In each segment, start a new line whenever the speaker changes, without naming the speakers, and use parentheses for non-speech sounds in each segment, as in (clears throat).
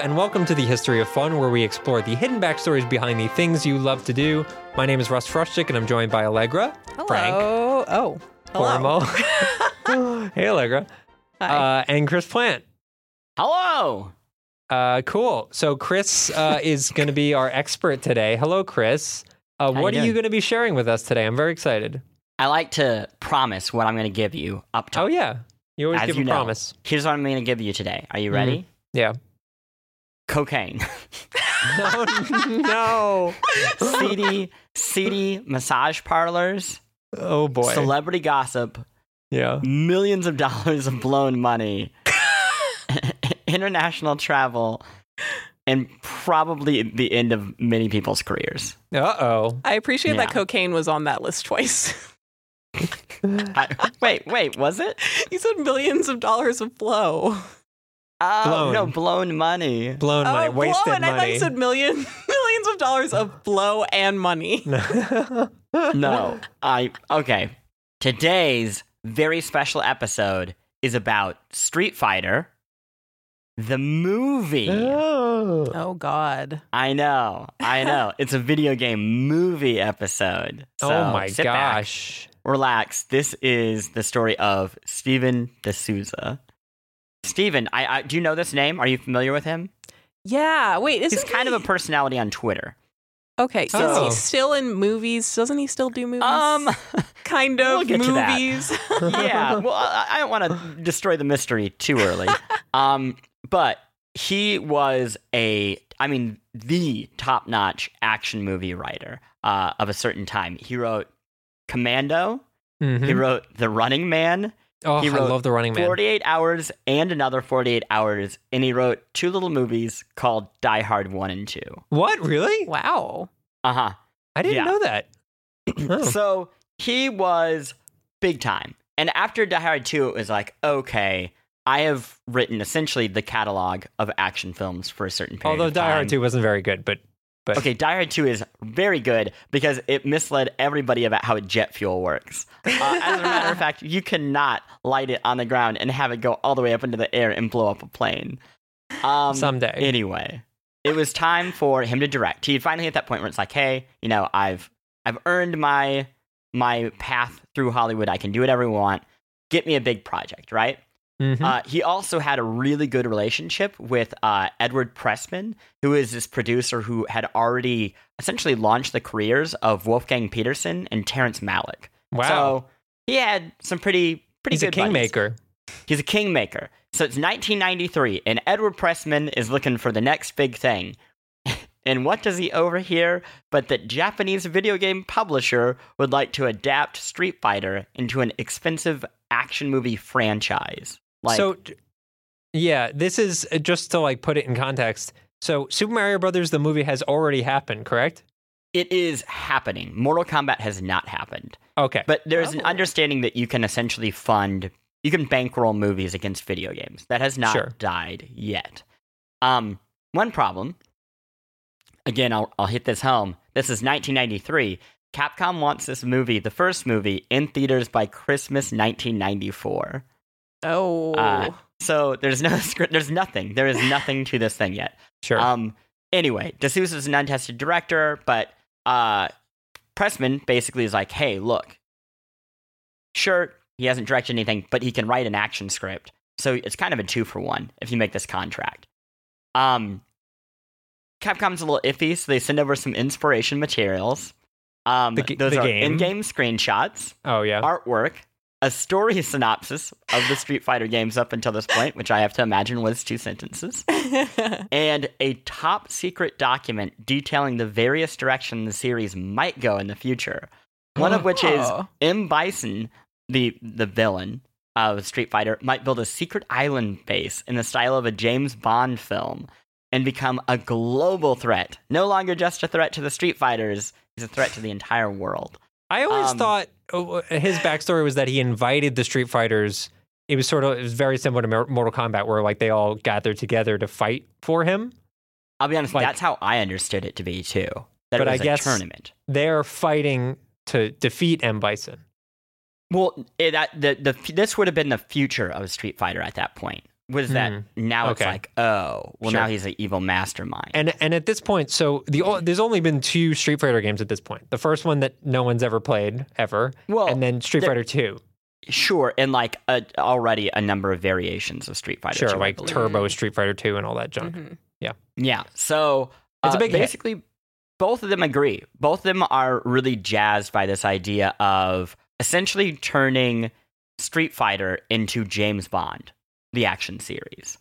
and welcome to the History of Fun, where we explore the hidden backstories behind the things you love to do. My name is Russ Frustick, and I'm joined by Allegra, Frank,
Hello. Oh. Hello.
Formo. (laughs) hey, Allegra,
Hi.
uh, and Chris Plant.
Hello.
Uh, cool. So Chris uh, is going to be our expert today. Hello, Chris. Uh,
you
what are you
doing?
going to be sharing with us today? I'm very excited.
I like to promise what I'm going to give you up top.
Oh yeah, you always
As
give
you
a
know.
promise. (laughs)
Here's what I'm going to give you today. Are you ready?
Mm-hmm. Yeah. (gasps)
Cocaine.
no, no.
seedy, seedy massage parlors,
Oh boy.
celebrity gossip,
yeah.
millions of dollars of blown money, (laughs) international travel, and probably the end of many people's careers.
Uh oh.
I appreciate that
Yeah.
cocaine was on that list (laughs) twice.
(laughs)
I- wait, wait, was it?
you said millions of dollars of blow.
Oh,
Blown.
no, blown money.
Blown money.
oh,
Wasted
blow, and I thought
money.
you said million, (laughs) millions of dollars of blow and money.
(laughs)
No. I okay. Today's very special episode is about Street Fighter, the movie.
Oh.
Oh God.
I know,
(laughs)
I know. It's a video game movie episode. So
oh my
sit back,
gosh.
relax. This is the story of Steven D'Souza. Steven, I, I do you know this name? Are you familiar with him?
Yeah. Wait. Is
He's kind of a personality on Twitter.
okay? Is
Oh.
he still in movies? Doesn't he still do movies? (laughs)
Um,
kind of
we'll get to that.
movies.
(laughs)
(laughs)
yeah. Well, I, I don't want to destroy the mystery too early. Um, but he was a, I mean, the top notch action movie writer uh, of a certain time. He wrote Commando.
Mhm.
He wrote The Running Man,
oh,
he
I
wrote
love the running man.
48 Hours, and another 48 Hours. And he wrote two little movies called Die Hard 1 and 2.
What really?
(laughs) wow.
Uh huh.
I didn't
Yeah.
know (clears throat) that. Oh.
So he was big time. And after Die Hard 2, it was like, okay, I have written essentially the catalog of action films for a certain period.
Although
of
Die Hard
time.
Two wasn't very good, but but
Okay, Die Hard 2 is very good because it misled everybody about how jet fuel works. Uh, as a
(laughs)
matter of fact, you cannot light it on the ground and have it go all the way up into the air and blow up a plane. Um,
someday.
Anyway, it was time for him to direct. He finally hit that point where it's like, hey, you know, I've I've earned my my path through Hollywood. I can do whatever I want. Get me a big project, right?
Mhm.
Uh, he also had a really good relationship with uh, Edward Pressman, who is this producer who had already essentially launched the careers of Wolfgang Peterson and Terrence Malick.
wow.
So he had some pretty pretty
He's a
good buddies.
kingmaker.
He's a kingmaker. So it's 1993, and Edward Pressman is looking for the next big thing. (laughs) and what does he overhear but that Japanese video game publisher would like to adapt Street Fighter into an expensive action movie franchise? Like,
so j- yeah this is uh, just to like put it in context so super mario brothers the movie has already happened correct
it is happening. Mortal Kombat has not happened.
okay
But there's an
Oh.
understanding that you can essentially fund, you can bankroll movies against video games. That has not
Sure.
died yet. Um, one problem, again, I'll, I'll hit this home. This is 1993. Capcom wants this movie, the first movie, in theaters by Christmas 1994.
Oh.
Uh, So there's no (laughs) script, there's nothing. There is nothing to this thing yet.
sure
Um. Anyway, D'Souza is an untested director, but uh, Pressman basically is like, "Hey, look, sure, he hasn't directed anything, but he can write an action script, so it's kind of a two for one if you make this contract." Um, Capcom's a little iffy, so they send over some inspiration materials. Um,
The ga-
those
the
are
game.
in-game screenshots,
oh yeah
artwork, a story synopsis of the Street Fighter games up until this point, which I have to imagine was two sentences and a top secret document detailing the various directions the series might go in the future. One of
(laughs)
which is
Oh.
M. Bison, the the villain of Street Fighter, might build a secret island base in the style of a James Bond film and become a global threat. No longer just a threat to the Street Fighters, he's a threat to the entire world.
i always
um,
thought oh, uh, his backstory was that he invited the street fighters it was sort of it was very similar to Mor- mortal kombat where like they all gathered together to fight for him
I'll be honest,
Like-
that's how I understood it to be too. That
But
it
I
was
guess-
a tournament.
they're fighting to defeat m bison
Well, it, that, the, the, this would have been the future of Street Fighter at that point. was that
Hmm.
now it's
Okay.
like, oh, well,
Sure.
now he's an evil mastermind.
And and at this point, so the o- there's only been two Street Fighter games at this point. The first one that no one's ever played ever,
well,
and then Street
the-
Fighter Two,
sure, and like a, already a number of variations of Street Fighter.
sure,
2, I
like
believe.
Turbo Street Fighter Two and all that junk.
Mhm.
yeah. So
It's a
uh,
big hit.
basically. Both of them agree. Both of them are really jazzed by this idea of essentially turning Street Fighter into James Bond, the action series.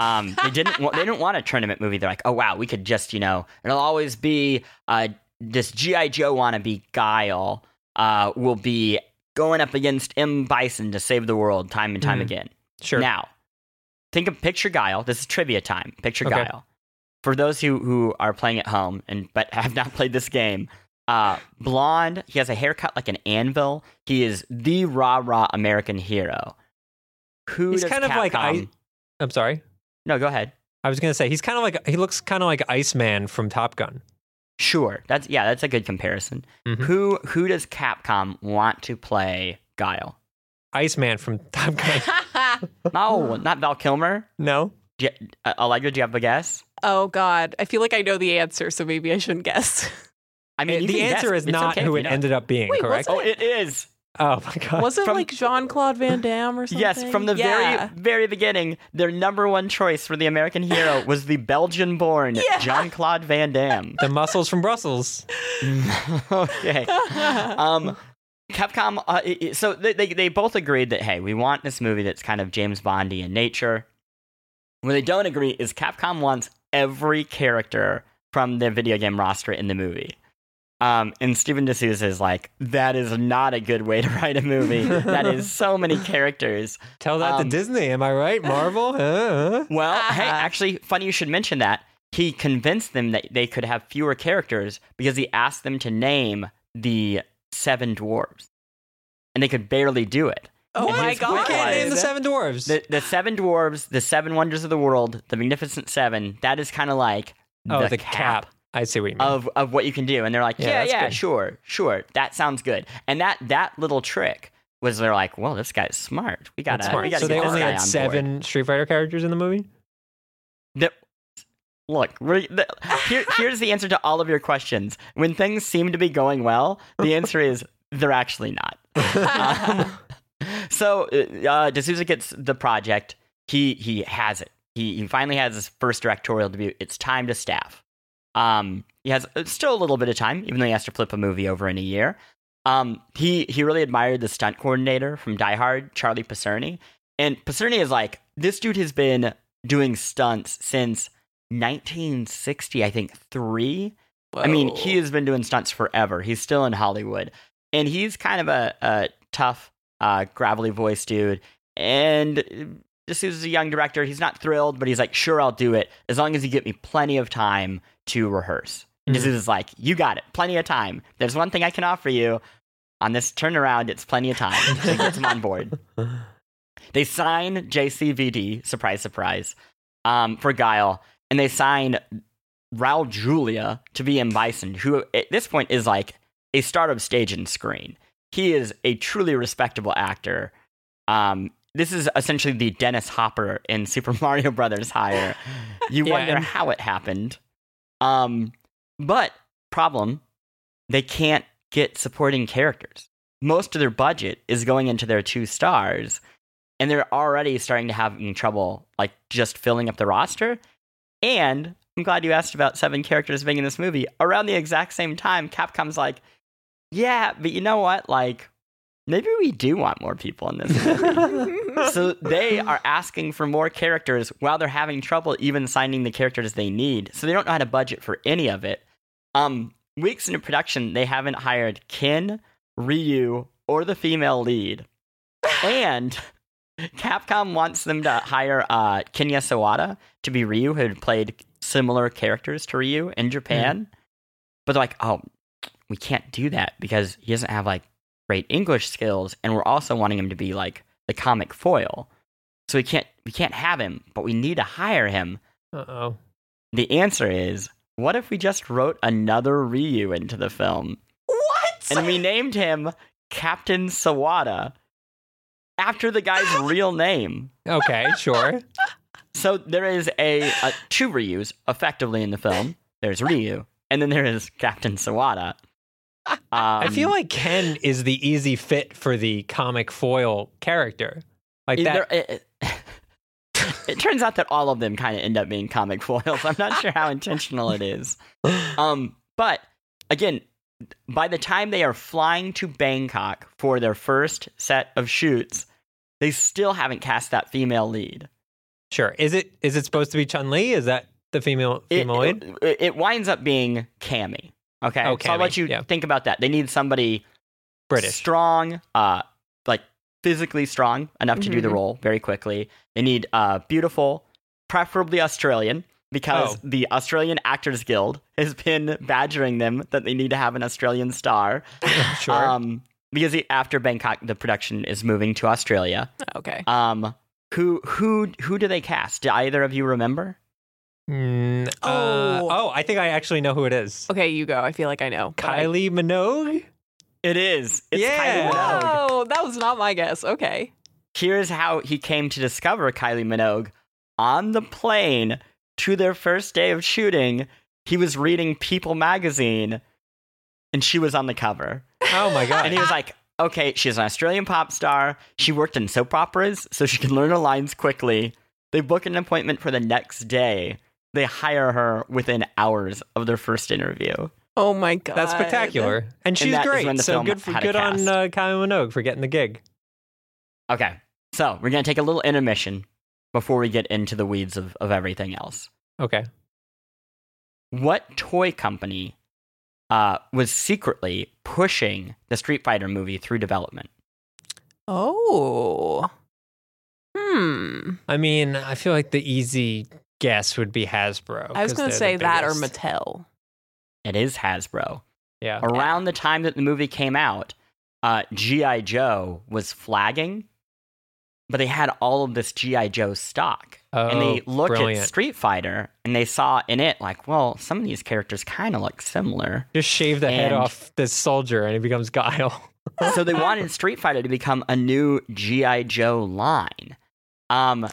Um, they didn't. wa- they didn't want a tournament movie. They're like, oh wow, we could just you know, it'll always be uh, this GI Joe wannabe Guile uh, will be going up against M Bison to save the world time and time
Mhm.
again.
Sure,
Mm-hmm. Now, think of picture Guile. This is trivia time. Picture
Okay.
Guile. For those who, who are playing at home and but (laughs) have not played this game, uh, blonde. He has a haircut like an anvil. He is the rah rah American hero. Who
He's
does
kind of like I-
Capcom-
I'm sorry.
No, go ahead.
I was gonna say he's kind of like he looks kind of like Iceman from Top Gun.
Sure, that's yeah, that's a good comparison.
Mhm.
Who who does Capcom want to play Guile?
Iceman from (laughs) Top Gun.
Mm-hmm.
(gasps)
No, not Val Kilmer.
no,
J- uh, Allegra, do you have a guess?
(laughs) oh God, I feel like I know the answer, so maybe I shouldn't guess.
I mean, you
Uh, the
can guess.
answer is
It's
not
okay
who it
if you don't.
ended up being.
Wait,
correct?
Oh, it is.
Oh my
(laughs)
god.
Was it
From-
like Jean Claude Van Damme or something?
Yes, from the
Yeah.
very very beginning, their number one choice for the American
(laughs)
hero was the Belgian-born
Yeah.
Jean-Claude
(laughs)
Van Damme.
the muscles from Brussels.
okay. Um Capcom, uh, i- i- so they, they, they both agreed that, hey, we want this movie that's kind of James Bondy in nature. What they don't agree is Capcom wants every character from their video game roster in the movie. Um, and Steven D'Souza is like, that is not a good way to write
(laughs)
a movie. that is so many characters.
Tell that
Um,
to Disney. Am I
(laughs)
right? Marvel. Huh?
Well, hey,
Uh-huh.
actually, funny you should mention that. He convinced them that they could have fewer characters because he asked them to name the seven dwarves. And they could barely do it.
(laughs) oh
What?
my
We
God.
We can't name the Seven Dwarves.
The, the seven dwarves, the seven wonders of the world, the magnificent seven, that is kind of like
oh,
the,
the, cap. I see what you mean.
of of what you can do and they're like
Yeah,
yeah yeah,
that's good.
sure sure that sounds good and that that little trick was they're like well this guy's smart we gotta
That's smart.
we gotta
So
get
they
this
only
guy
had
on board."
seven Street Fighter characters in the
(laughs)
movie.
The, look, we're, the, here, here's the answer to all of your questions. When things seem to be going well, the answer is they're actually not. Um, so uh, D'Souza gets the project. He he has it. He he finally has his first directorial debut. It's time to staff. Um, he has uh, still a little bit of time, even though he has to flip a movie over in a year. Um, he he really admired the stunt coordinator from Die Hard, Charlie Pacerni, and Pacerni is like this dude has been doing stunts since 1960, I think three. I mean, he has been doing stunts forever. He's still in Hollywood, and he's kind of a, a tough, uh, gravelly voice dude. And this is a young director. He's not thrilled, but he's like, "Sure, I'll do it as long as you get me plenty of time to rehearse." And this
Mhm.
is like, "You got it, plenty of time." There's one thing I can offer you on this turnaround. It's plenty of time. So he gets him on board. They sign JCVD, surprise, surprise, um, for Guile, and they sign Raul Julia to be M. Bison, who at this point is like a star of stage and screen. He is a truly respectable actor. Um, this is essentially the Dennis Hopper in (laughs) Super Mario
(laughs)
Brothers hire. You
Yeah,
wonder
and-
how it happened. Um, but problem, they can't get supporting characters. Most of their budget is going into their two stars, and they're already starting to have trouble like just filling up the roster. And I'm glad you asked about seven characters being in this movie. Around the exact same time, Capcom's like, yeah, but you know what? Like, maybe we do want more people
(laughs)
in this. movie." so they are asking for more characters while they're having trouble even signing the characters they need. So they don't know how to budget for any of it. Um, weeks into production, they haven't hired Ken, Ryu, or the female lead. And Capcom wants them to hire uh, Kenya Sawada to be Ryu, who had played similar characters to Ryu in Japan. But they're like, oh, we can't do that because he doesn't have like great English skills, and we're also wanting him to be like the comic foil. So we can't we can't have him, but we need to hire him.
Uh oh.
The answer is, what if we just wrote another Ryu into the film
what? (laughs)
(laughs)
and we named him Captain Sawada? after
(laughs)
the guy's real name.
Okay,
(laughs)
sure.
So there is a, a two Ryu's effectively in the film. There's Ryu, and then there is Captain Sawada. Um,
I feel like Ken is the easy fit for the comic foil character. Like that.
it, it (laughs) turns out that all of them kind of end up being comic foils. I'm not sure how intentional it is. Um, but again, by the time they are flying to Bangkok for their first set of shoots, they still haven't cast that female lead.
Sure. Is it is it supposed to be Chun Li? Is that the female
It,
female lead?
it, it winds up being Cammy. Okay,
Oh,
so I'll let
Cammy,
you
yeah.
think about that. They need somebody (laughs)
British. (laughs)
strong, uh, like physically strong enough to do the
Mhm.
role very quickly. They need uh, beautiful, preferably Australian, because
Oh.
the Australian Actors Guild has been badgering them that they need to have an Australian star.
sure.
Um, because it, after Bangkok, the production is moving to (laughs) Australia.
Okay.
Um, who who who do they cast? Do either of you remember?
Mm, uh,
Oh.
oh, I think I actually know who it is.
Okay, you go. I feel like I know. but I-
Kylie Minogue?
It is. It's
Yeah.
Kylie Minogue.
Whoa, that was not my guess. Okay.
here's how he came to discover Kylie Minogue on the plane to their first day of shooting. He was reading People magazine and she was on the cover.
Oh my
(laughs)
god.
And he was like, okay, she's an Australian pop star. She worked in soap operas, so she can learn her lines quickly. They book an appointment for the next day. They hire her within hours of their first interview.
Oh my god.
That's spectacular. And she's
that is when
great.
the
So
film
good for,
had a
good on
cast.
uh, Kylie Minogue for getting the gig.
Okay, so we're going to take a little intermission before we get into the weeds of, of everything else.
Okay.
what toy company uh, was secretly pushing the Street Fighter movie through development?
Oh. Hmm.
I mean, I feel like the easy guess would be Hasbro.
I was
'cause
going to
they're
say
the
that or
biggest.
Mattel.
It is Hasbro.
Yeah.
Around the time that the movie came out, uh, G.I. Joe was flagging, but they had all of this G.I. Joe stock. and they
Oh,
looked
brilliant.
at Street Fighter and they saw in it, like, well, some of these characters kind of look similar.
Just shave the head
And-
off this soldier and he becomes Guile. (laughs)
so they wanted Street Fighter to become a new GI Joe line, um,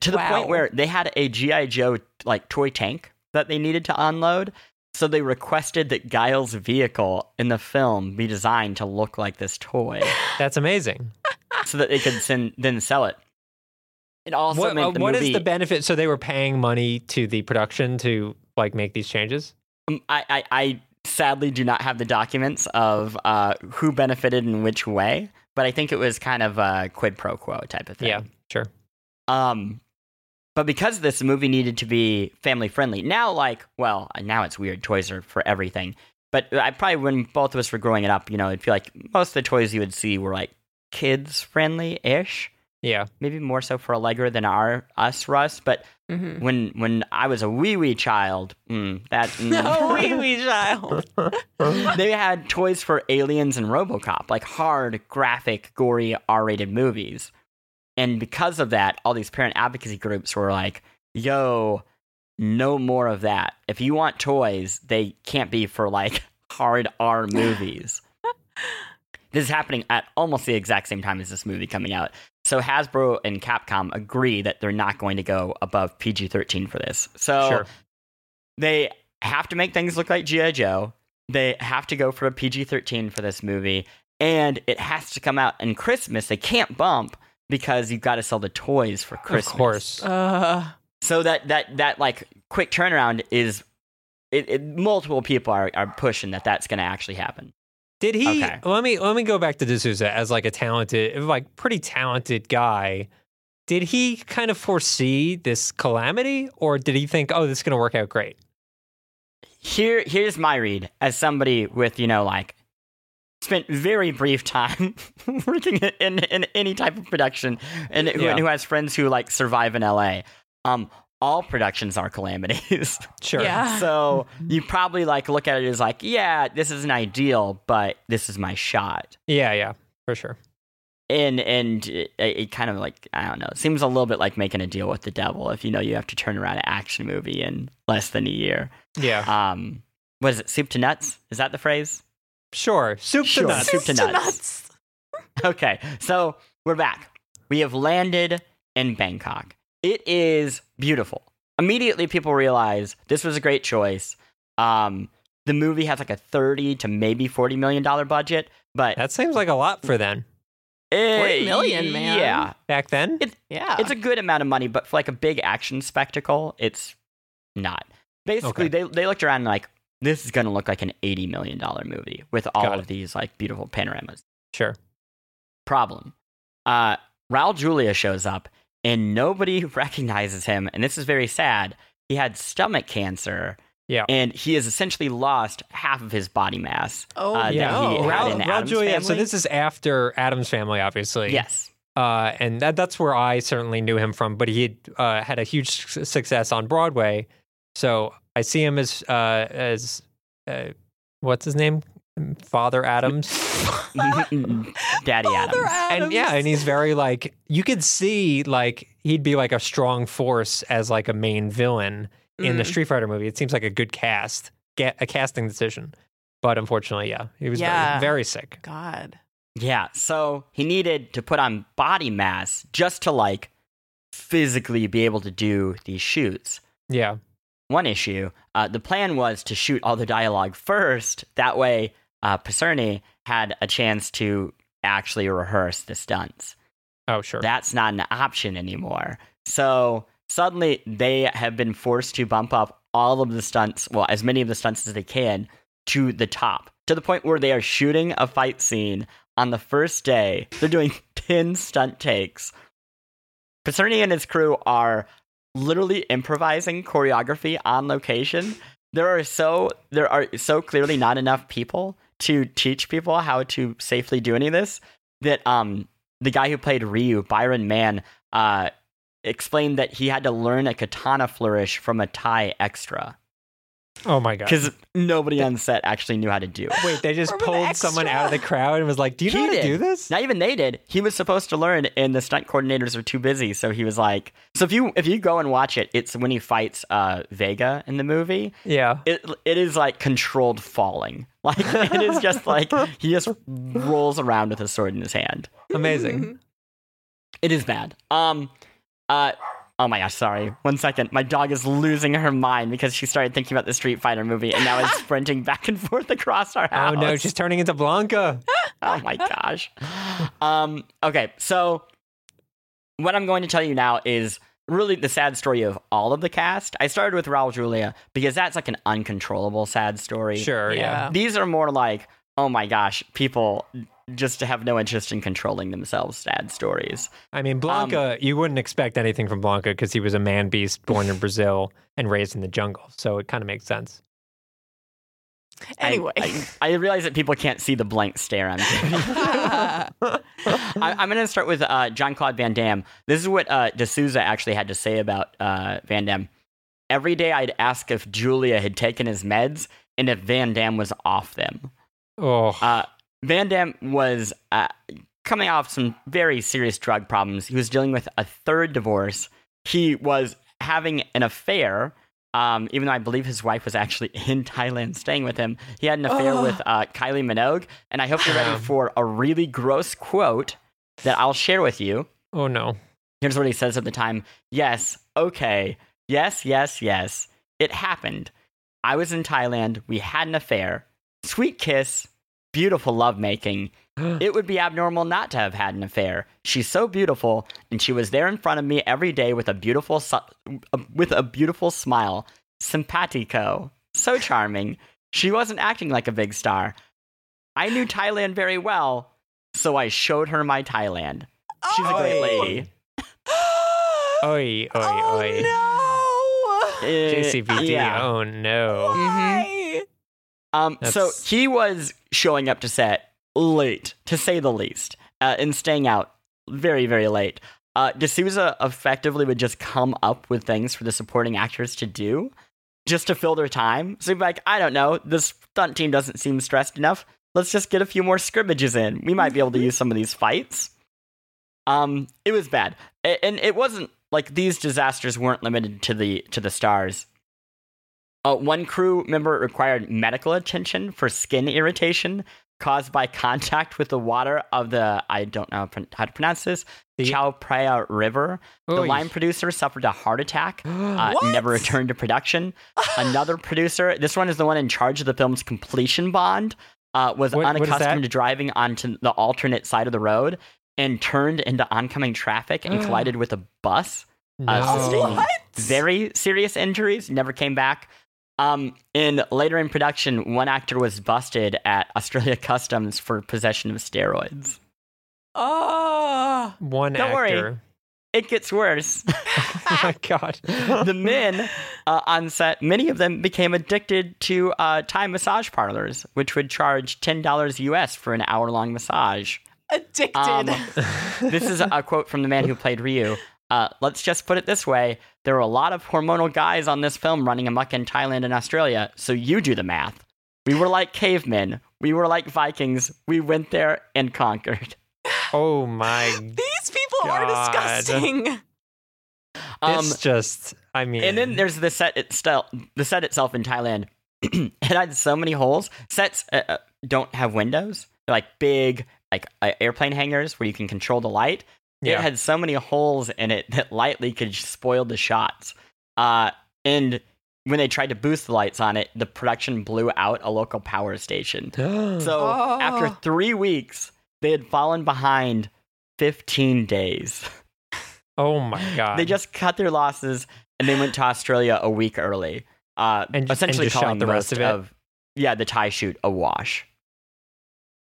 to the
Wow.
point where they had a GI Joe like toy tank that they needed to unload. So they requested that Guile's vehicle in the film be designed to look like this toy, (laughs)
That's amazing.
so that they could send, then sell it. It also
What-
meant
uh,
the
what is
movie-
the benefit? So they were paying money to the production to like make these changes.
Um, I, I, I sadly do not have the documents of uh, who benefited in which way, but I think it was kind of a quid pro quo type of thing.
Yeah, sure.
Um, but because this movie needed to be family friendly, now like, well, now it's weird. Toys are for everything. But I probably when both of us were growing it up, you know, I'd feel like most of the toys you would see were like kids friendly ish. (laughs)
Yeah,
Maybe more so for Allegra than our us Russ. But
Mm-hmm.
when when I was a wee wee child, mm,
(laughs)
that mm.
(laughs) oh, wee wee
(laughs)
child.
they had toys for aliens and RoboCop, like hard, graphic, gory, R-rated movies. And because of that, all these parent advocacy groups were like, "Yo, no more of that. If you want toys, they can't be for like (laughs) hard R movies." this is happening at almost the exact same time as this movie coming out. So Hasbro and Capcom agree that they're not going to go above PG-13 for this. So
sure.
they have to make things look like G.I. Joe. They have to go for a PG 13 for this movie. And it has to come out in Christmas. They can't bump because you've got to sell the toys for Christmas.
Of course.
Uh,
So that, that, that like quick turnaround is it, it, multiple people are, are pushing that that's going to actually happen.
Did he?
okay.
Let me let me go back to D'Souza as like a talented, like pretty talented guy. Did he kind of foresee this calamity, or did he think, "Oh, this is going to work out great"?
Here, here's my read as somebody with, you know, like spent very brief time (laughs) working in, in any type of production and who,
Yeah.
and who has friends who like survive in LA. Um, all productions are calamities. (laughs)
Sure.
Yeah.
so you probably like look at it as like, yeah, this isn't ideal, but this is my shot.
Yeah. Yeah. For sure.
And and it, it kind of like I don't know. It seems a little bit like making a deal with the devil if you know you have to turn around an action movie in less than a year.
Yeah.
Um, what is it? Soup to nuts? Is that the phrase? (laughs)
Sure. Soup
Sure.
to nuts.
Soup to nuts. Okay, so we're back. We have landed in Bangkok. It is beautiful. Immediately, people realize this was a great choice. Um, the movie has like a 30 to maybe 40 million dollar budget, but
That seems like a lot for then.
eh,
40 million, man.
Yeah,
Back then,
It-
Yeah.
it's a good amount of money, but for like a big action spectacle, it's not. Basically, they they looked around and like this is going to look like an 80 million dollar movie with all
Got
of these like beautiful panoramas.
sure.
problem. Uh, Raul Julia shows up and nobody (laughs) recognizes him. And this is very sad. He had stomach cancer.
Yeah.
And he has essentially lost half of his body mass.
oh,
uh, that
yeah.
he
Oh,
had
Raul-
an
Raul
Addams
Julia. So
Family?
this is after Adam's family, obviously.
Yes. (laughs)
uh, and that, that's where I certainly knew him from. But he had uh, had a huge su- success on Broadway, so I see him as uh, as uh, what's his name, Father
(laughs)
Adams,
Daddy
Father
Adams.
Adams.
and yeah, and he's very like you could see like he'd be like a strong force as like a main villain in the
Mm.
Street Fighter movie. It seems like a good cast, ga- a casting decision. But unfortunately, yeah, he was
Yeah.
very, very sick.
God.
Yeah. So he needed to put on body mass just to like physically be able to do these shoots.
Yeah,
one issue. Uh, the plan was to shoot all the dialogue first. That way, uh, Pacerni had a chance to actually rehearse the stunts.
oh sure,
That's not an option anymore. So suddenly, they have been forced to bump up all of the stunts, well, as many of the stunts as they can, to the top, to the point where they are shooting a fight scene on the first day. They're doing (laughs) 10 stunt takes. Pacerni and his crew are literally improvising choreography on location. There are so there are so clearly not enough people to teach people how to safely do any of this that um the guy who played Ryu, Byron Mann, uh explained that he had to learn a katana flourish from a Thai extra
oh my god.
because nobody on set actually knew how to do it.
Wait, they just
From an
pulled someone out of the
extra.
crowd and was like, "Do you know
He
how to
did.
do this?"
Not even they did. He was supposed to learn, and the stunt coordinators were too busy. So he was like, "So if you if you go and watch it, it's when he fights uh, Vega in the movie.
Yeah.
It it is like controlled falling. (laughs) Like it is just like he just rolls around with a sword in his hand. (laughs)
Amazing.
It is bad. Um, uh, oh my gosh, sorry. One second. My dog is losing her mind because she started thinking about the Street Fighter movie and now
(laughs)
is sprinting back and forth across our
Oh
house.
no, she's turning into Blanca.
(laughs) oh my gosh. Um, okay, so what I'm going to tell you now is really the sad story of all of the cast. I started with Raul Julia because that's like an uncontrollable sad story.
Sure, yeah.
Yeah.
These are more like, oh my gosh, people just have no interest in controlling themselves sad stories.
I mean,
Um,
Blanca, you wouldn't expect anything from Blanca because he was a man beast born in Brazil and raised in the jungle. So it kind of makes sense.
I-
Anyway. (laughs)
I, I realize that people can't see the blank stare I'm (laughs) giving. (laughs) I, I'm going to start with uh, John Claude Van Damme. This is what uh, D'Souza actually had to say about uh, Van Damme. Every day I'd ask if Julia had taken his meds and if Van Damme was off them.
Oh,
Uh, Van Damme was uh, coming off some very serious drug problems. He was dealing with a third divorce. He was having an affair, um, even though I believe his wife was actually (laughs) in Thailand staying with him. He had an affair
Ugh.
with uh, Kylie Minogue. And I hope you're ready
Yeah.
for a really gross quote that I'll share with you.
oh no. (gasps)
Here's what he says at the time Yes, okay. Yes, yes, yes. It happened. I was in Thailand. We had an affair. Sweet kiss. Beautiful lovemaking. It would be abnormal not to have had an affair. She's so beautiful, and she was there in front of me every day with a beautiful, su- uh, with a beautiful smile. Simpatico, so charming. She wasn't acting like a big star. I knew Thailand very well, so I showed her my Thailand. She's a great
Oh.
lady.
Oi, oi, oi.
oh, no.
Uh,
JCVD. Oh no.
Why?
Um, so
That's-
he was showing up to set late, to say the least, uh, and staying out very, very late. Uh, D'Souza effectively would just come up with things for the supporting actors to do just to fill their time. So he'd be like, I don't know, this stunt team doesn't seem stressed enough. Let's just get a few more scrimmages in. We might be able to use some of these fights. Um, it was bad, A- and it wasn't like these disasters weren't limited to the to the stars. Uh, one crew member required medical attention for skin irritation caused by contact with the water of the I don't know pr- how to pronounce this
The-
Chao Phraya River. The
Oy. (gasps)
lime producer suffered a heart attack. Uh,
What?
never returned to production. Another producer, this one is the one in charge of the film's completion bond, uh, was
What- what is that?
unaccustomed to driving onto the alternate side of the road and turned into oncoming
(gasps)
traffic and collided with a bus.
No.
(laughs)
Sting.
what?
Very serious injuries, never came back. Um, in later in production, one actor was busted at Australia (laughs) Customs for possession of steroids.
Oh.
One
Don't worry.
actor. (laughs)
It gets worse.
oh my god.
(laughs) the men uh, on set, many of them became addicted to uh, Thai massage parlors, which would charge $10 US for an hour long massage.
Addicted.
Um,
(laughs)
This is a quote from the man who played Ryu. Uh, let's just put it this way there were a lot of hormonal guys on this film running amok in Thailand and Australia, so you do the math. We were like cavemen, we were like Vikings, we went there and conquered.
oh my.
(laughs) These people
God.
are disgusting.
Um,
It's just. I mean.
And then there's the set itself. The set itself in Thailand, (clears throat) it had so many holes. Sets uh, uh, don't have windows. They're like big, like uh, airplane hangars where you can control the light.
yeah.
It
(gasps)
had so many holes in it that light leakage spoiled the shots. Uh, and when they tried to boost the lights on it, the production blew out a local power station.
Hmm.
So
Oh.
after three weeks, they had fallen behind 15 days.
oh my god.
(gasps) They just cut their losses and they went to Australia a week early. Uh,
And- and
essentially
just shot
calling
the rest
most
of it?
yeah the Thai shoot a wash.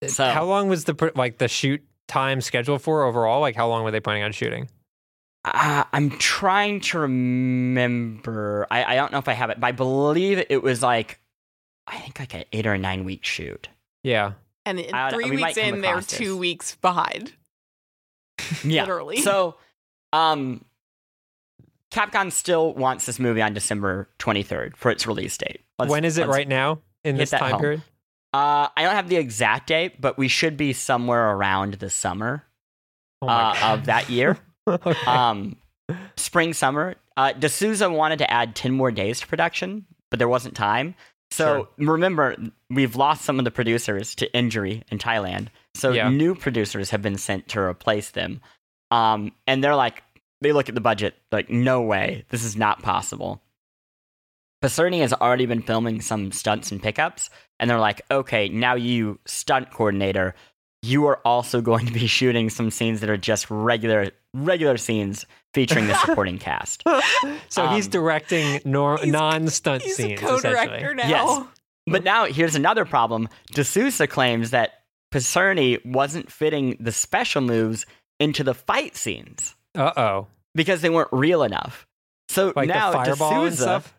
so-
How long was the pr- like the shoot time scheduled for overall? Like how long were they planning on shooting?
Uh, I'm trying to remember. I, I don't know if I have it, but I believe it was like I think like an eight or a nine
(laughs)
week shoot.
Yeah.
and in
I-
three
we might
weeks
come
in, they're
across this.
two weeks behind.
Yeah.
Literally.
So, um, Capcom still wants this movie on December 23rd for its release date. Let's-
when is it
let's-
right now in
hit
this
that
time
home.
period?
Uh, I don't have the exact date, but we should be somewhere around the summer.
Oh
uh,
my
of
(laughs)
that year.
god. Okay.
Um, spring, summer. Uh, D'Souza wanted to add 10 more days to production, but there wasn't time. So remember, we've lost some of the producers to injury in Thailand. So
Yeah.
new producers have been sent to replace them. Um, and they're like, they look at the budget, like, no way, this is not possible. Pacerni has already been filming some stunts and pickups, and they're like, okay, now you, stunt coordinator, you are also (laughs) going to be shooting some scenes that are just regular regular scenes featuring the supporting cast.
so he's
um,
directing nor-
he's-
non-stunt
(laughs) He's
scenes
a co-director
essentially.
now.
Yes. But now here's another problem. D'Souza claims that Piscerni wasn't fitting the special moves into the fight scenes
Uh-oh.
because they weren't real enough. So
Like
now
the fireball and
D'Souza
stuff.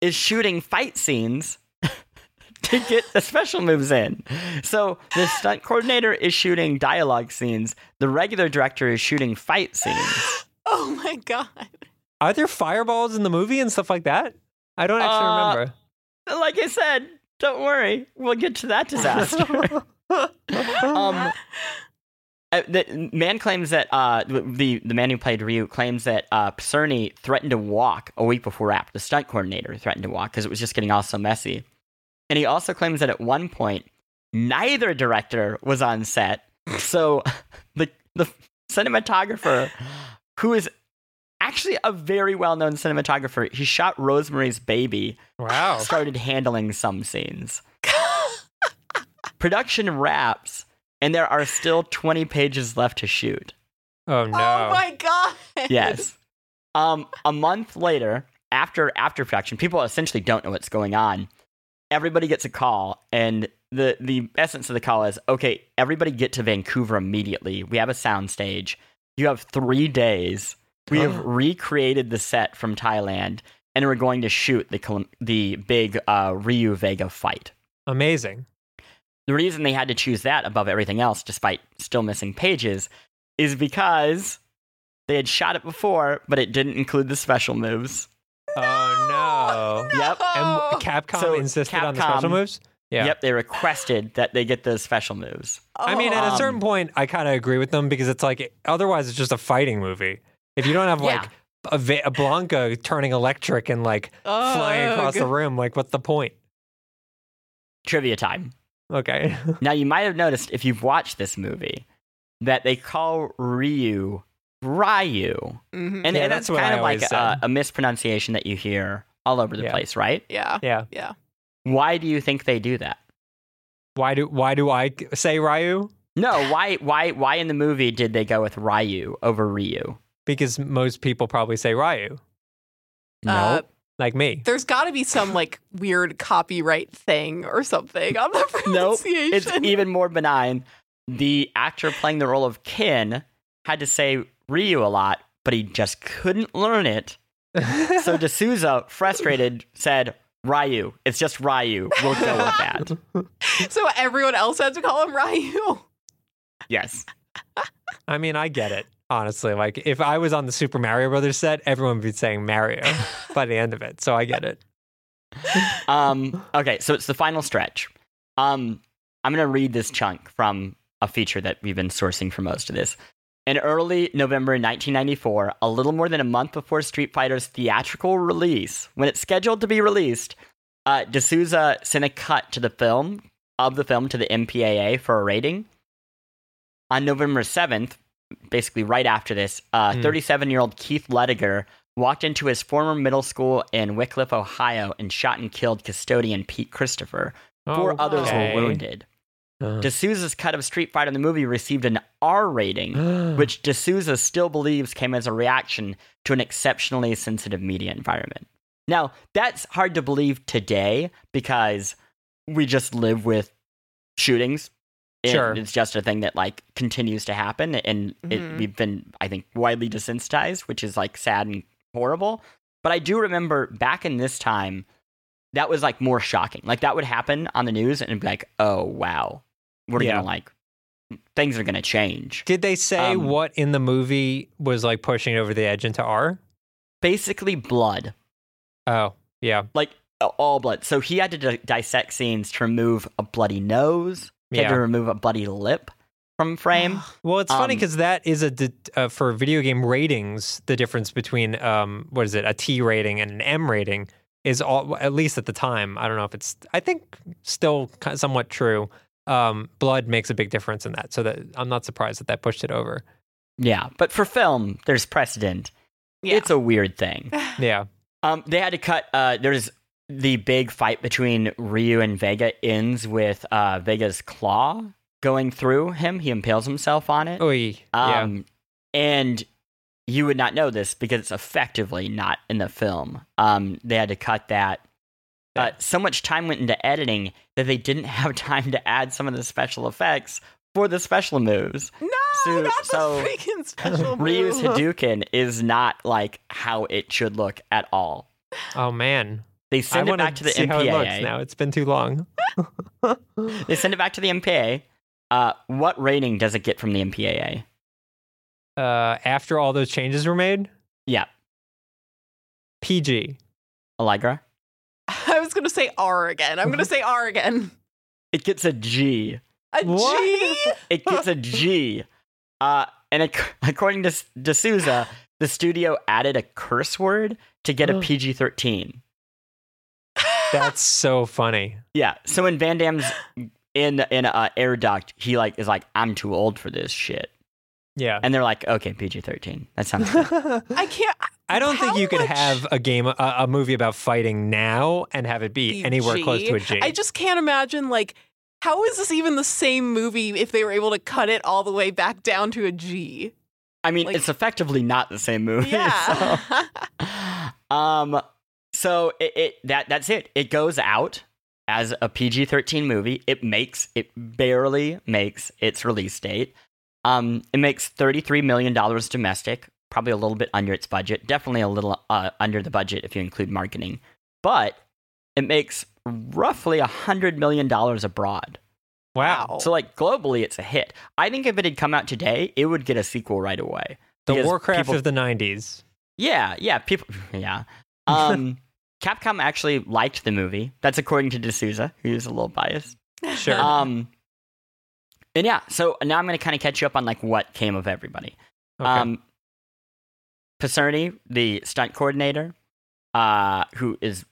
is shooting fight scenes (laughs) to get the special moves in. So the stunt coordinator is shooting dialogue scenes. The regular director is shooting fight scenes.
Oh my god.
Are there fireballs in the movie and stuff like that? I don't actually
Uh,
remember.
Like I said, don't worry, we'll get
(laughs)
to that disaster.
(laughs) Uh-huh.
um, uh, the man claims that uh, the the man who played Ryu claims that uh, Cerny threatened to walk a week before after the stunt coordinator threatened to walk because it was just getting all so messy. And he also claims that at one point neither director was on set, so (laughs) the the cinematographer who is actually a very well known cinematographer, he shot Rosemary's Baby, (laughs)
wow.
started handling some scenes production wraps and there are still 20 pages left to shoot.
Oh
Oh
no.
my god.
Yes. um, a month later, after after production, people essentially don't know what's going on. Everybody gets a call and the the essence of the call is, okay, everybody get to Vancouver immediately. We have a soundstage. You have 3 days. We have recreated the set from Thailand and we're going to shoot the Colum- the big uh, Ryu Vega fight.
Amazing.
the reason they had to choose that above everything else, despite still missing pages, is because they had shot it before, but it didn't include the special moves.
Oh no.
Yep.
And Capcom
So
insisted on the special
Capcom-
moves? Yeah.
Yep, they requested that they get those special moves.
I mean, at a
Um,
certain point, I kind of agree with them because it's like otherwise it's just a fighting movie. If you don't have
Yeah.
like a, Va- a Blanca turning electric and like flying across the room, like what's the point? (laughs)
Trivia time.
Okay.
Now, you might have noticed if you've watched this movie that they call Ryu Ryu.
hmm
And,
Yeah,
and
that's
that's,
what
kind
I
of like
always
a,
said.
a mispronunciation that you hear all over the
Yeah.
place, right?
yeah.
Yeah.
Yeah.
Why do you think they do that?
Why do why do I say Ryu?
No, why why why in the movie did they go with Ryu over Ryu?
Because most people probably say Ryu,
No.
Uh,
like (laughs) me.
there's got to be some like weird copyright thing or something on the
Nope,
pronunciation.
it's even more benign. The actor playing the role of Ken had to say Ryu a lot, but he just couldn't learn it. So D'Souza, frustrated, said Ryu. It's just Ryu. We'll go with that.
so everyone else had to call him Ryu.
Yes.
I mean, I get it. Honestly, like if I was on the Super Mario Brothers set, everyone would be saying (laughs) Mario by the end of it. So I get it.
Um, okay, so it's the final stretch. Um, I'm going to read this chunk from a feature that we've been sourcing for most of this. In early November 1994, a little more than a month before Street Fighter's theatrical release, when it's scheduled to be released, uh, D'Souza sent a cut to the film of the film to the MPAA for a rating. On November 7th, basically right after this, 37 year old Keith Lediger walked into his former middle school in Wickliffe, Ohio, and shot and killed custodian Pete Christopher. Four others
Oh, Okay.
were wounded.
Uh.
D'Souza's cut of Street Fighter in the movie received an R rating, (sighs) which D'Souza still believes came as a reaction to an exceptionally sensitive media environment. Now, that's hard to believe today because we just live with shootings. And
Sure.
It's just a thing that like continues to happen, and it,
Mm-hmm.
Mhm.
we've been, I think, widely desensitized, which is like sad and horrible. But I do remember back in this time, that was like more shocking. Like that would happen on the news, and it'd be like, oh wow, we're
Yeah.
gonna like things are gonna change.
Did they say
Um,
what in the movie was like pushing it over the edge into R?
Basically, blood,
Oh, yeah.
like a- all blood. So he had to di- dissect scenes to remove a bloody nose. He had
Yeah.
to remove a bloody lip from frame.
Well, it's funny
Um,
because that is a di- uh, for video game ratings. The difference between um, what is it, a T rating and an M rating is all at least at the time. I don't know if it's. I think still ki- somewhat true. Um, blood makes a big difference in that, so that I'm not surprised that that pushed it over.
yeah, but for film, there's precedent.
(sighs) Yeah.
It's a weird thing.
Yeah,
Um, they had to cut. Uh, there's the big fight between Ryu and Vega ends with uh, Vega's claw going through him. He impales himself on it.
Oy. yeah,
Um, and you would not know this because it's effectively not in the film. Um, they had to cut that. Uh, so much time went into editing that they didn't (laughs) have time to add some of the special effects for the special moves.
(sighs) no,
so-
that's
so-
a
(laughs)
freaking special
Ryu's
move.
Hadouken is not like how it should look at all.
oh man,
They
I
send it
want
back to the
see how it looks
MPAA.
now. It's been too long.
They send it back to the MPAA. Uh, what rating does it get from the MPAA?
Uh, after all those changes were made,
Yeah,
PG.
Allegra.
I was gonna say R again. I'm gonna say R again.
It gets a G.
A G.
What?
It gets a G. Uh, and ac- (laughs) according to S- D'Souza, the studio added a curse word to get a
Ugh.
PG 13.
That's so funny.
Yeah. So when Van Damme's in in uh, air duct, he like is like, I'm too old for this shit.
Yeah.
And they're like, okay, PG 13. That
(laughs)
sounds good.
(laughs)
I can't.
I don't think
How
you could
much-
have a game, a, a movie about fighting now and have it be
Be
anywhere close
G.
to a G.
I just can't imagine like how is this even the same movie if they were able to cut it all the way back down to
(laughs)
a G?
I mean,
Like-
it's effectively not the same movie.
Yeah.
(laughs)
(laughs)
so- (laughs) um so it, it that that's it it goes out as a pg-13 movie it makes it barely makes its release date um it makes 33 million dollars domestic probably a little bit under its budget definitely a little uh, under the budget if you include marketing but it makes roughly a hundred million dollars abroad
wow.
Wow.
so like globally it's a hit i think if it had come out today it would get a sequel right away
The
Because
Warcraft
people-
of the 90s.
yeah, yeah, people. (laughs)
(laughs)
Yeah. Um, Capcom actually liked the movie. That's according to D'Souza, who's a little biased.
Sure.
Uh,
Um, and yeah, so now I'm going to kind of catch you up on like what came of everybody.
Okay.
Um, Pacerni, the stunt coordinator, uh, who is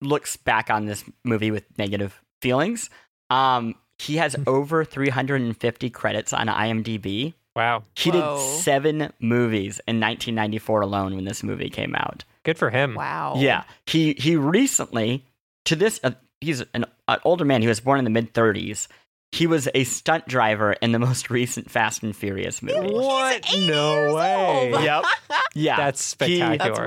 looks back on this movie with negative feelings, Um,
(laughs)
he has over 350 credits on IMDb.
Wow.
He
Whoa.
did seven movies in 1994 alone when this movie came out.
Good for him.
Wow.
Yeah, he he recently to this uh, he's an, an older man. He was born in the mid 30s. He was a stunt driver in the most recent Fast and Furious movie.
What?
He's 80
No
years
way.
old.
Yep. (laughs) Yeah,
That's
He-
spectacular.
That's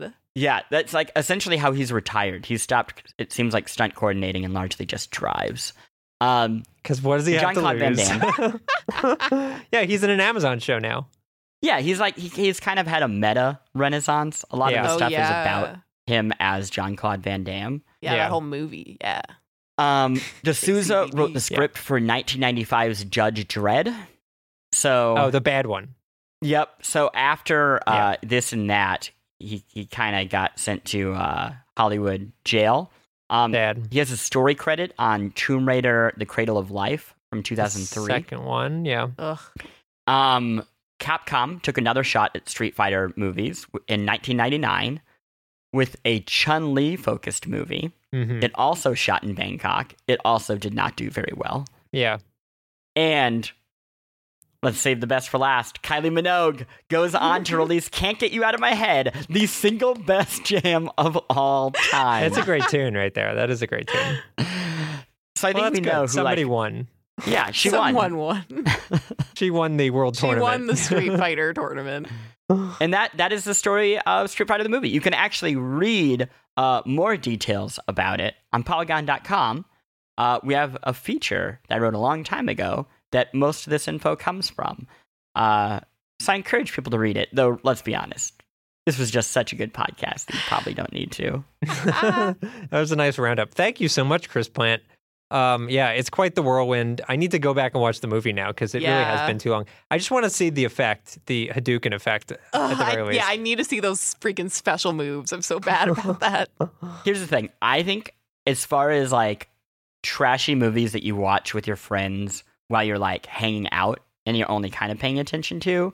rad.
yeah, that's like essentially how he's retired. He stopped. It seems like stunt coordinating and largely just drives. Um,
Because what does he have
Jean-Claude Van
to lose? (laughs) yeah, he's in an Amazon show now.
yeah, he's like he, he's kind of had a meta renaissance. A lot
Yeah.
of the
oh,
stuff
yeah.
is about him as John Claude Van Damme.
yeah,
Yeah.
that whole movie. Yeah.
(laughs)
Um, D'Souza
CBD.
wrote the
Yeah.
script for 1995's Judge Dredd. So,
Oh, the bad one.
yep. So after uh, this and that, he, he kind of got sent to uh, Hollywood jail. Um,
Bad.
He has a story credit on Tomb Raider: The Cradle of Life from 2003.
Second one. Yeah.
Ugh.
Um, Capcom took another shot at Street Fighter movies w- in 1999 with a Chun Li focused movie.
hmm
It also shot in Bangkok. It also did not do very well.
Yeah.
And let's save the best for last. Kylie Minogue goes on
(laughs)
to release Can't Get You Out of My Head, the single best jam of all time.
That's a great tune right there. That is a great tune.
so
Well,
I think
that's
we know who
good. Somebody
like,
won.
Yeah, she
Someone
won.
(laughs) She won the world
She
tournament.
won
(laughs)
the Street Fighter tournament.
(laughs) And that that is the story of Street Fighter the movie. You can actually read uh, more details about it on polygon.com. Uh, we have a feature that I wrote a long time ago that most of this info comes from. Uh, so I encourage people to read it, though, let's be honest. This was just such a good podcast. that You probably don't need to. Ah.
that was a nice roundup. Thank you so much, Chris Plant. Um, yeah, it's quite the whirlwind. I need to go back and watch the movie now because it really has
Yeah.
been too long. I just want to see the effect, the Hadouken effect, at
Ugh,
the very
I,
least.
yeah, I need to see those freaking special moves. I'm so
(laughs)
bad about that.
Here's the thing I think, as far as like trashy movies that you watch with your friends while you're like hanging out and you're only kind of paying attention to,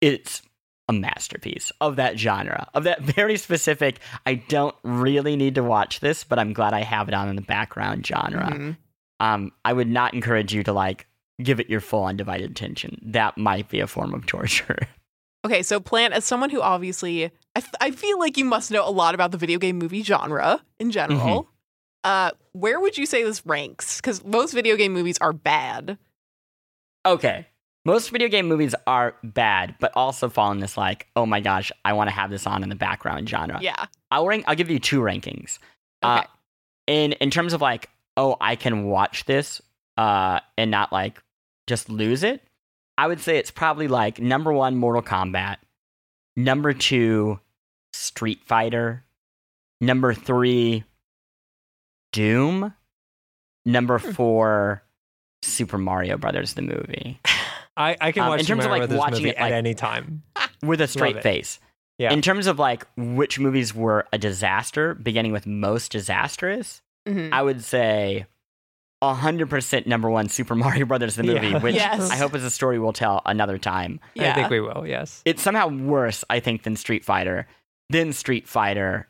it's a masterpiece of that genre, of that (laughs) very specific, I don't really need to watch this, but I'm glad I have it on in the background genre.
Mhm.
Um, I would not encourage you to like give it your full undivided attention. That might be a form of (laughs) torture.
Okay, so Plant, as someone who obviously, I, f- I feel like you must know a lot about the video game movie genre in general.
Mm-hmm.
Uh, where would you say this ranks? Because most video game movies are bad.
Okay. Most video game movies are bad, but also fall in this like, oh my gosh, I want to have this on in the background genre.
Yeah.
I'll rank. I'll give you two rankings. Uh,
Okay.
in in terms of like, oh, I can watch this, uh, and not like just lose it. I would say it's probably like number one, Mortal Kombat. Number two, Street Fighter. Number three, Doom. Number
Hmm.
four, Super Mario Brothers the movie.
I, I can
Um,
watch
in terms
Mario
of, like,
Brothers
watching
movie
it,
at
like-
any time.
with a
Love
straight
it.
face.
Yeah.
In terms of like which movies were a disaster, beginning with most disastrous,
Mm.
Mhm.
I would say 100% number one Super (laughs) Mario Brothers the movie,
Yeah.
which
Yes.
I hope is a story we'll tell another time.
I
yeah.
think we will. Yes.
It's somehow worse, I think, than Street Fighter, then Street Fighter,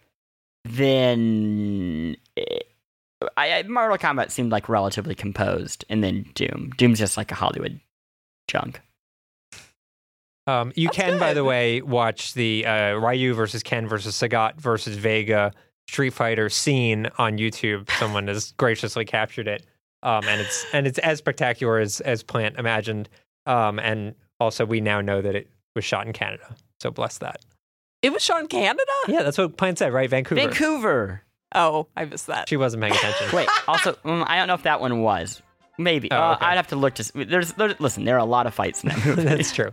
then. I, I, Mortal Kombat seemed like relatively composed, and then Doom. Doom's just like a Hollywood junk.
Um, you
That's
can, by the
good.
way, watch the uh, Ryu versus Ken versus Sagat versus Vega Street Fighter scene on YouTube. (laughs) Someone has graciously captured it, um, and it's and it's as spectacular as as Plant imagined. Um, and also, we now know that it was shot in Canada. So bless that.
it was shot in Canada?
Yeah, that's what Plant said, right? Vancouver.
Vancouver.
Oh, I missed that.
She wasn't paying attention.
(laughs) Wait, also, mm, I don't know if that one was. Maybe.
Oh,
uh,
okay.
I'd have to look to. s- There's, there's, listen, there are a lot of fights in that
(laughs)
movie.
(laughs) That's true.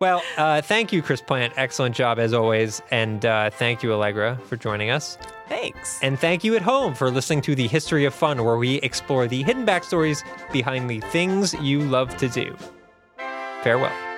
Well, uh, thank you, Chris Plant. Excellent job as always, and uh, thank you, Allegra, for joining us.
Thanks.
And thank you at home for listening to the History of Fun, where we explore the hidden backstories behind the things you love to do. Farewell.